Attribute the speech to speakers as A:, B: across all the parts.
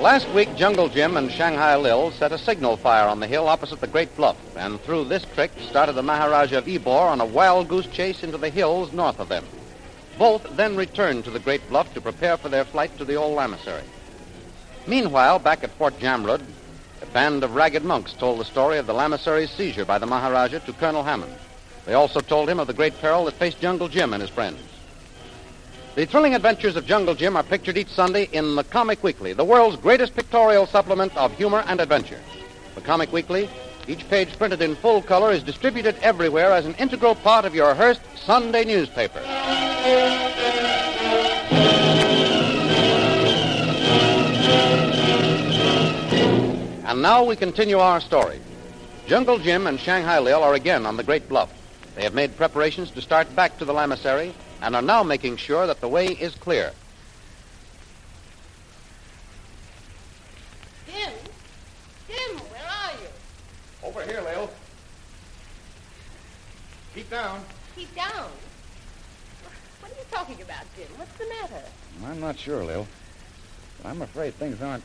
A: Last week, Jungle Jim and Shanghai Lil set a signal fire on the hill opposite the Great Bluff, and through this trick started the Maharaja of Ebor on a wild goose chase into the hills north of them. Both then returned to the Great Bluff to prepare for their flight to the old Lamasery. Meanwhile, back at Fort Jamrud, a band of ragged monks told the story of the Lamasery's seizure by the Maharaja to Colonel Hammond. They also told him of the great peril that faced Jungle Jim and his friends. The thrilling adventures of Jungle Jim are pictured each Sunday in the Comic Weekly, the world's greatest pictorial supplement of humor and adventure. The Comic Weekly, each page printed in full color, is distributed everywhere as an integral part of your Hearst Sunday newspaper. And now we continue our story. Jungle Jim and Shanghai Lil are again on the Great Bluff. They have made preparations to start back to the Lamasery and are now making sure that the way is clear.
B: Jim? Jim, where are you?
A: Over here, Lil. Keep down.
B: He's down. What are you talking about, Jim? What's the matter?
C: I'm not sure, Lil. But I'm afraid things aren't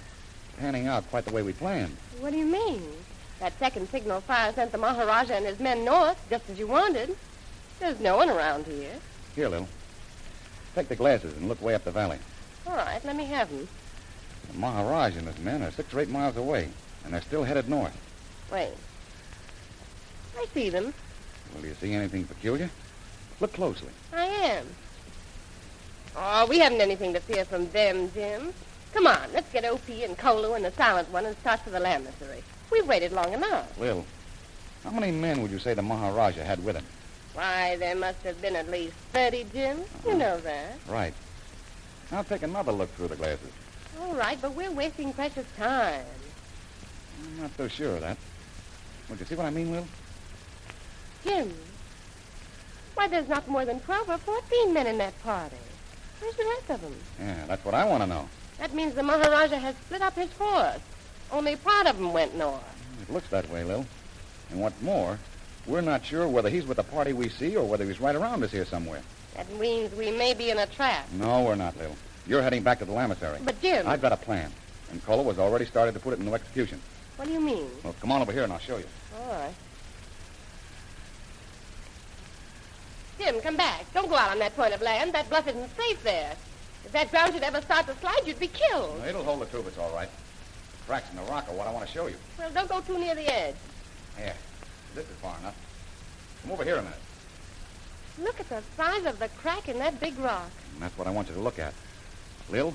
C: panning out quite the way we planned.
B: What do you mean? That second signal fire sent the Maharaja and his men north, just as you wanted. There's no one around here.
C: Here, Lil. Take the glasses and look way up the valley.
B: All right, let me have them.
C: The Maharaj and his men are six or eight miles away, and they're still headed north.
B: Wait. I see them.
C: Well, do you see anything peculiar? Look closely.
B: I am. Oh, we haven't anything to fear from them, Jim. Come on, let's get OP and Kolu and the Silent One and start for the Lamasery. We've waited long enough.
C: Lil, how many men would you say the Maharaja had with him?
B: Why, there must have been at least 30, Jim. You know that.
C: Right. Now take another look through the glasses.
B: All right, but we're wasting precious time.
C: I'm not so sure of that. Well, do you see what I mean, Lil?
B: Jim, why, there's not more than 12 or 14 men in that party. Where's the rest of them?
C: Yeah, that's what I want to know.
B: That means the Maharaja has split up his force. Only part of them went north.
C: It looks that way, Lil. And what's more, we're not sure whether he's with the party we see or whether he's right around us here somewhere.
B: That means we may be in a trap.
C: No, we're not, Lil. You're heading back to the Lamasery.
B: But, Jim,
C: I've got a plan. And Cola has already started to put it into execution.
B: what do you mean?
C: Well, come on over here and I'll show you.
B: All right. Jim, come back. Don't go out on that point of land. That bluff isn't safe there. If that ground should ever start to slide, you'd be killed.
C: it'll hold the tube, it's all right. The cracks in the rock are what I want to show you.
B: Well, don't go too near the edge.
C: Here. This is far enough. Come over here a minute.
B: Look at the size of the crack in that big rock.
C: And that's what I want you to look at. Lil,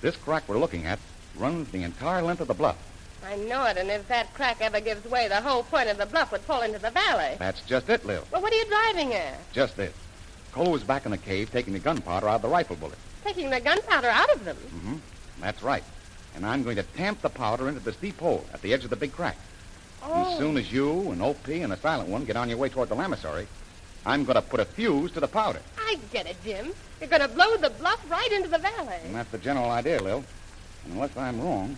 C: this crack we're looking at runs the entire length of the bluff.
B: I know it, and if that crack ever gives way, the whole point of the bluff would fall into the valley.
C: That's just it, Lil.
B: Well, what are you driving at?
C: Just this. Cola was back in the cave taking the gunpowder out of the rifle bullet.
B: Taking the gunpowder out of them.
C: Mm-hmm. That's right. And I'm going to tamp the powder into this deep hole at the edge of the big crack. And
B: Oh.
C: As soon as you and OP and the silent one get on your way toward the Lamasery, I'm going to put a fuse to the powder.
B: Oh, I get it, Jim. You're going to blow the bluff right into the valley.
C: And that's the general idea, Lil. And unless I'm wrong,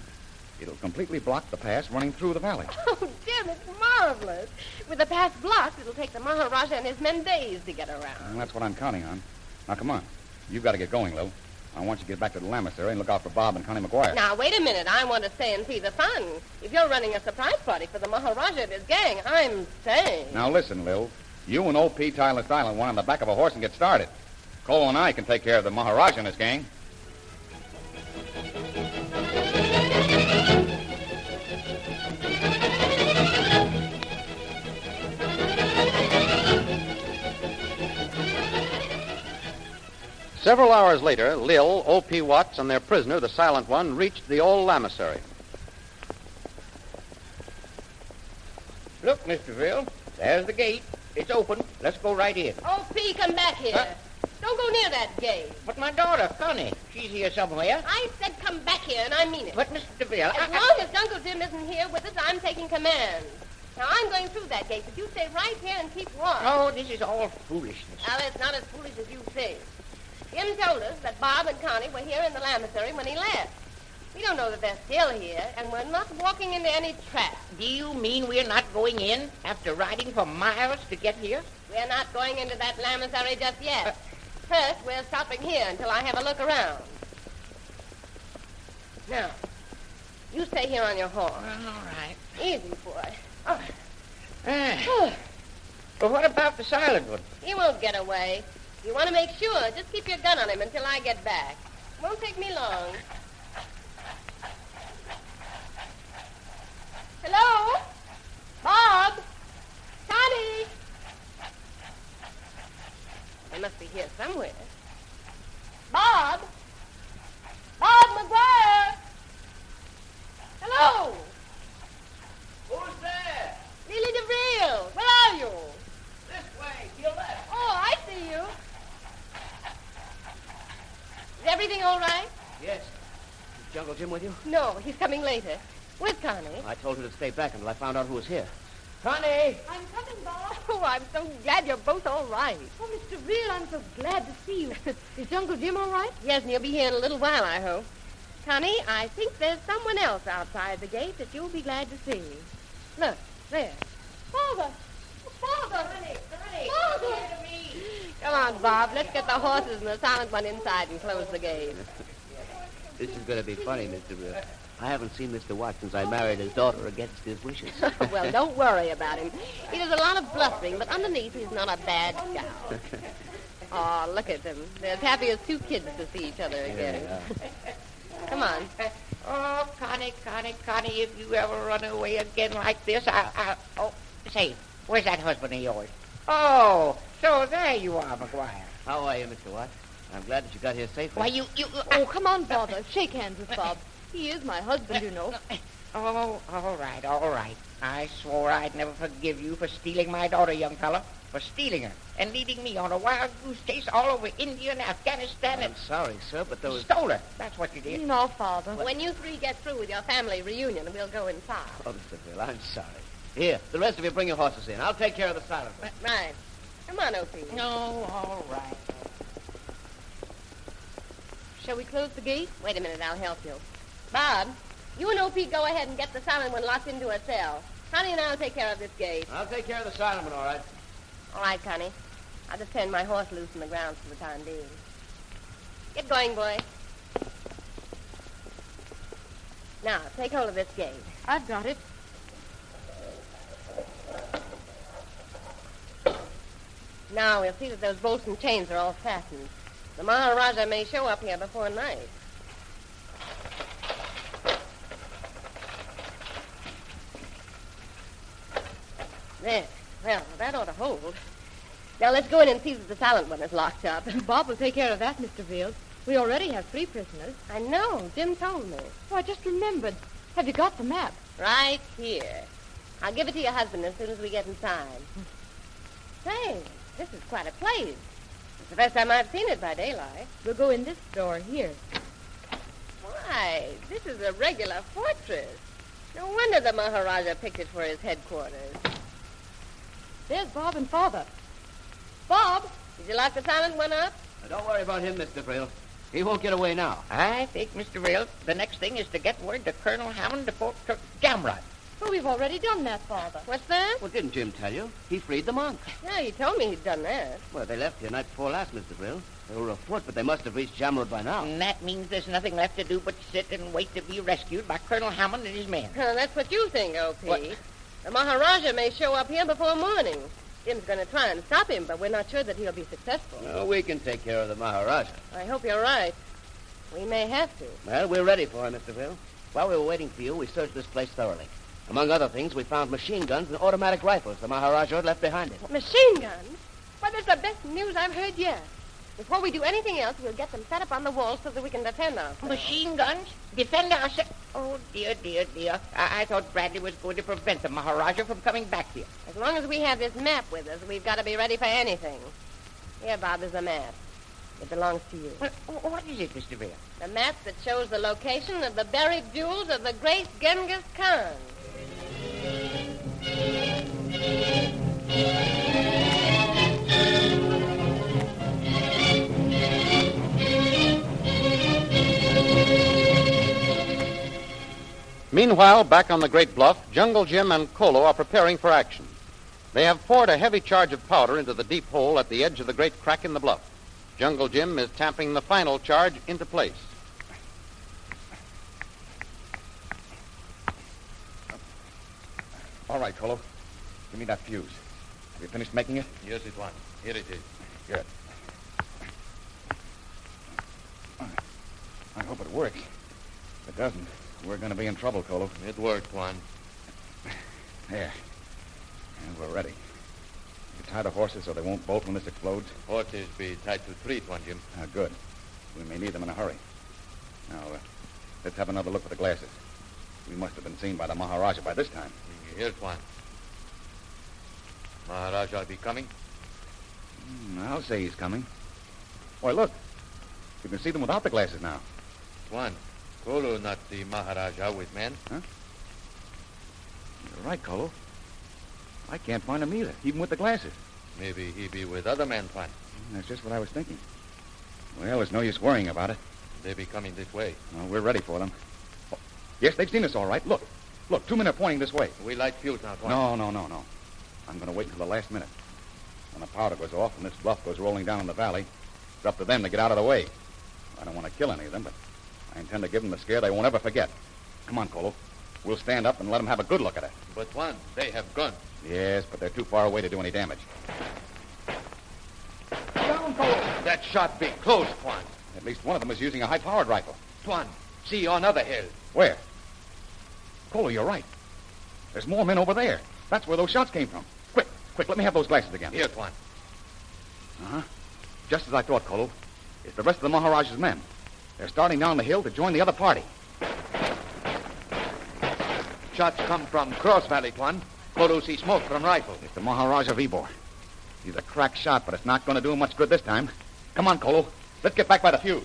C: it'll completely block the pass running through the valley.
B: Oh, Jim, it's marvelous. With the pass blocked, it'll take the Maharaja and his men days to get around.
C: And that's what I'm counting on. Now, come on. You've got to get going, Lil. I want you to get back to the Lamasery and look out for Bob and Connie McGuire.
B: Now, wait a minute. I want to stay and see the fun. If you're running a surprise party for the Maharaja and his gang, I'm staying.
C: Now, listen, Lil. You and OP Tyler Silent one on the back of a horse and get started. Cole and I can take care of the Maharaja and his gang.
A: Several hours later, Lil, O.P. Watts, and their prisoner, the Silent One, reached the old Lamasery.
D: Look, Mr. Bill, there's the gate. It's open. Let's go right in.
B: OP, Oh, come back here.
D: Huh?
B: Don't go near that gate.
D: But my daughter, Connie, she's here somewhere.
B: I said come back here, and I mean it.
D: But, Mr. DeVille,
B: As
D: I,
B: long as Uncle Jim isn't here with us, I'm taking command. Now, I'm going going through that gate, but you stay right here and keep watch.
D: Oh, this is all foolishness.
B: Now, it's not as foolish as you say. Jim told us that Bob and Connie were here in the lamasery when he left. We don't know that they're still here, and we're not walking into any trap.
D: Do you mean we're not going in after riding for miles to get here?
B: We're not going into that lamasery just yet. First, we're stopping here until I have a look around. Now, you stay here on your horse.
D: Well, all right.
B: Easy, boy.
D: Ah, but what about the silent one?
B: He won't get away. You want to make sure, just keep your gun on him until I get back. Won't take me long. Hello? Bob? Connie? They must be here somewhere. Bob? Bob McGuire? Hello?
D: Who's there?
B: Lily DeVille, where are you?
D: This way, to your left.
B: Oh, I see you. Is everything all right?
D: Yes. Is Jungle Jim with you?
B: No, he's coming later. With Connie.
D: I told her to stay back until I found out who was here. Connie!
B: I'm coming, Bob. Oh, I'm so glad you're both all right. Oh, Mr. Real, I'm so glad to see you. Is Uncle Jim all right? Yes, and he'll be here in a little while, I hope. Connie, I think there's someone else outside the gate that you'll be glad to see. Look, there. Father! Father! Honey, honey! Father! Come on, Bob. Let's get the horses and the silent one inside and close the gate.
E: This is going to be funny, Mr. Real. I haven't seen Mr. Watt since I married his daughter against his wishes.
B: well, don't worry about him. He does a lot of bluffing, but underneath he's not a bad scout. oh, look at them. They're as happy as two kids to see each other again.
E: uh,
B: Come on.
D: Oh, Connie, Connie, Connie, if you ever run away again like this, I, I, oh, say, where's that husband of yours? Oh, so there you are, McGuire.
E: How are you, Mr. Watt? I'm glad that you got here safely.
D: Why, you, you,
F: Oh, come on, Father. Shake hands with Bob. He is my husband, you know.
D: oh, all right, all right. I swore I'd never forgive you for stealing my daughter, young fella, for stealing her and leading me on a wild goose chase all over India and Afghanistan
E: I'm sorry, sir, but there
D: and
E: was...
D: stole her. That's what you did.
F: No, Father.
B: When you three get through with your family reunion, we'll go inside.
E: Oh, Mr. Real, I'm sorry. Here, the rest of you bring your horses in. I'll take care of the silent one.
B: Right. Come on, Opie.
D: No, all right.
B: Shall we close the gate? Wait a minute, I'll help you. Bob, you and Opie go ahead and get the silent one locked into a cell. Connie and I'll take care of this gate.
E: I'll take care of the silent one, all right.
B: All right, Connie. I'll just turn my horse loose in the grounds for the time being. Get going, boy. Now, take hold of this gate.
F: I've got it.
B: Now we'll see that those bolts and chains are all fastened. The Maharaja may show up here before night. There. Well, that ought to hold. Now let's go in and see that the silent one is locked up.
F: Bob will take care of that, Mr. Fields. We already have three prisoners.
B: I know. Jim told me.
F: Oh, I just remembered. Have you got the map?
B: Right here. I'll give it to your husband as soon as we get inside. Say, this is quite a place. It's the first time I've seen it by daylight.
F: We'll go in this door here.
B: Why, this is a regular fortress. No wonder the Maharaja picked it for his headquarters.
F: There's Bob and Father. Bob!
B: Did you lock the silent one up?
E: Now, don't worry about him, Mr. Real. He won't get away now.
D: I think, Mr. Rail, the next thing is to get word to Colonel Hammond to Fort Cook Gamrod.
F: Well, we've already done that, Father.
B: What's that?
E: Well, didn't Jim tell you? He freed the monks.
B: No, you told me he'd done that.
E: Well, they left here night before last, Mr. Real. They were afoot, but they must have reached Jamrud by
B: Oh.
E: now.
D: And that means there's nothing left to do but sit and wait to be rescued by Colonel Hammond and his men.
B: Huh, that's what you think, O.P.
D: What?
B: The Maharaja may show up here before morning. Jim's going to try and stop him, but we're not sure that he'll be successful.
E: Well, we can take care of the Maharaja.
B: I hope you're right. We may have to.
E: Well, we're ready for him, Mr. Will. While we were waiting for you, we searched this place thoroughly. Among other things, we found machine guns and automatic rifles the Maharaja had left behind him.
B: Machine guns? Why, that's the best news I've heard yet. Before we do anything else, we'll get them set up on the wall so that we can defend ourselves.
D: Machine guns? Defend ourselves? Oh, dear, dear, dear. I-, I thought Bradley was going to prevent the Maharaja from coming back here.
B: As long as we have this map with us, we've got to be ready for anything. Here, Bob, is a map. It belongs to you.
D: What, what is it, Mr. Vale?
B: The map that shows the location of the buried jewels of the great Genghis Khan.
A: Meanwhile, back on the Great Bluff, Jungle Jim and Kolo are preparing for action. They have poured a heavy charge of powder into the deep hole at the edge of the great crack in the bluff. Jungle Jim is tamping the final charge into place.
C: All right, Colo. Give me that fuse. Have you finished making it?
A: Yes, it was. Here it is.
C: Good. I hope it works. If it doesn't, we're going to be in trouble, Colo.
A: It worked, Juan.
C: There. And we're ready. You tie the horses so they won't bolt when this explodes?
A: Horses be tied to trees, Juan Jim.
C: Ah, good. We may need them in a hurry. Now, uh, let's have another look with the glasses. We must have been seen by the Maharaja by this time.
A: Here's one. Maharaja be coming.
C: Hmm, I'll say he's coming. Why, look. You can see them without the glasses now.
A: One. Kolo not the Maharaja with men.
C: You're right, Colo. I can't find him either, even with the glasses.
A: Maybe he be with other men, Juan.
C: That's just what I was thinking. Well, there's no use worrying about it.
A: They be coming this way.
C: Well, we're ready for them. Oh, yes, they've seen us all right. Look. Look, two men are pointing this way.
A: We light fuse now, Juan.
C: No, no, no, no. I'm going to wait till the last minute. When the powder goes off and this bluff goes rolling down in the valley, it's up to them to get out of the way. I don't want to kill any of them, but I intend to give them a scare they won't ever forget. Come on, Colo. We'll stand up and let them have a good look at it.
A: But Juan, they have guns.
C: Yes, but they're too far away to do any damage.
A: Down, Kolo. That shot be close, Juan.
C: At least one of them is using a high-powered rifle.
A: Juan, see on other hill.
C: Where? Colo, you're right. There's more men over there. That's where those shots came from. Quick, quick, let me have those glasses again.
A: Here, Juan.
C: Uh-huh. Just as I thought, Colo. It's the rest of the Maharaja's men. They're starting down the hill to join the other party.
A: Shots come from cross valley, Juan. Kolo see smoke from rifle.
C: It's the Maharaja of Ybor. He's a crack shot, but it's not going to do him much good this time. Come on, Colo. Let's get back by the fuse.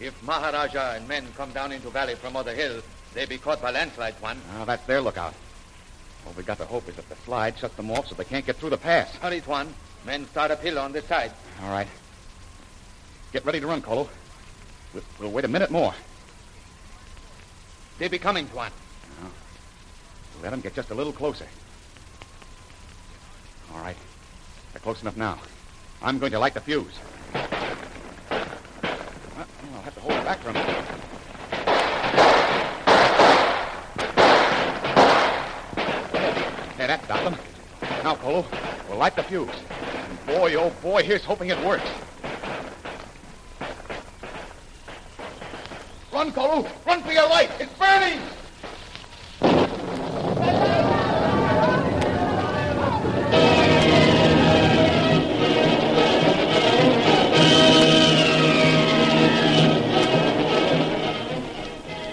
A: If Maharaja and men come down into valley from other hill, they be caught by landslide, Juan.
C: Now, Ah, that's their lookout. What we got to hope is that the slide shuts them off so they can't get through the pass.
A: Hurry, Juan. Men start up hill on this side.
C: All right. Get ready to run, Colo. We'll, we'll wait a minute more.
A: They be coming, Juan.
C: Oh. Let them get just a little closer. All right. They're close enough now. I'm going to light the fuse. Well, I'll have to hold it back for a minute. There, that stopped them. Now, Polo, we'll light the fuse. And boy, oh boy, here's hoping it works. Run, Polo! Run for your life! It's burning!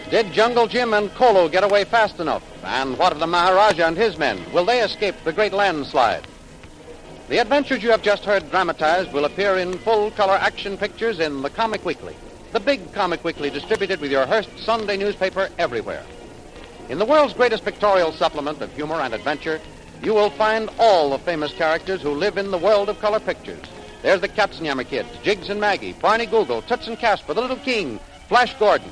A: Did Jungle Jim and Kolo get away fast enough? And what of the Maharaja and his men? Will they escape the great landslide? The adventures you have just heard dramatized will appear in full color action pictures in the Comic Weekly, the big Comic Weekly distributed with your Hearst Sunday newspaper everywhere. In the world's greatest pictorial supplement of humor and adventure, you will find all the famous characters who live in the world of color pictures. There's the Katzenjammer Kids, Jiggs and Maggie, Barney Google, Toots and Casper, The Little King, Flash Gordon.